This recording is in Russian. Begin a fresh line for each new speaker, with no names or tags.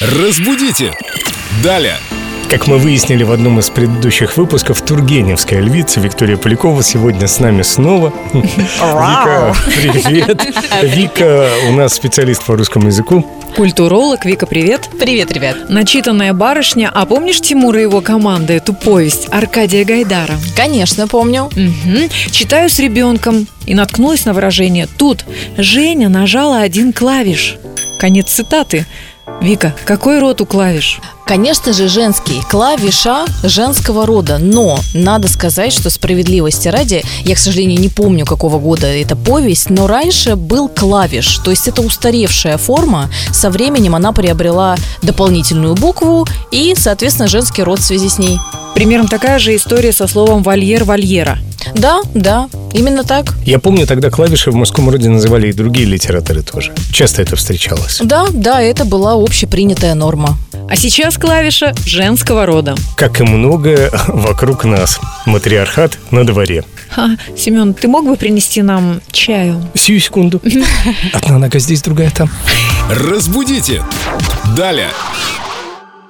Разбудите! Далее!
Как мы выяснили в одном из предыдущих выпусков, Тургеневская львица Виктория Полякова сегодня с нами снова. Вика, привет. Вика у нас специалист по русскому языку.
Культуролог, Вика, привет.
Привет, ребят.
Начитанная барышня, а помнишь Тимура и его команды, эту повесть Аркадия Гайдара?
Конечно, помню.
Мгм. Читаю с ребенком и наткнулась на выражение «Тут Женя нажала один клавиш». Конец цитаты. Вика, какой род у клавиш?
Конечно же, женский. Клавиша женского рода. Но надо сказать, что справедливости ради, я, к сожалению, не помню, какого года эта повесть, но раньше был клавиш. То есть это устаревшая форма. Со временем она приобрела дополнительную букву и, соответственно, женский род в связи с ней.
Примером такая же история со словом «вольер-вольера».
Да, да, именно так.
Я помню, тогда клавиши в мужском роде называли и другие литераторы тоже. Часто это встречалось.
Да, да, это была общепринятая норма.
А сейчас клавиша женского рода.
Как и многое вокруг нас. Матриархат на дворе.
Ха, Семен, ты мог бы принести нам чаю?
Сию секунду. Одна нога здесь, другая там.
Разбудите! Далее!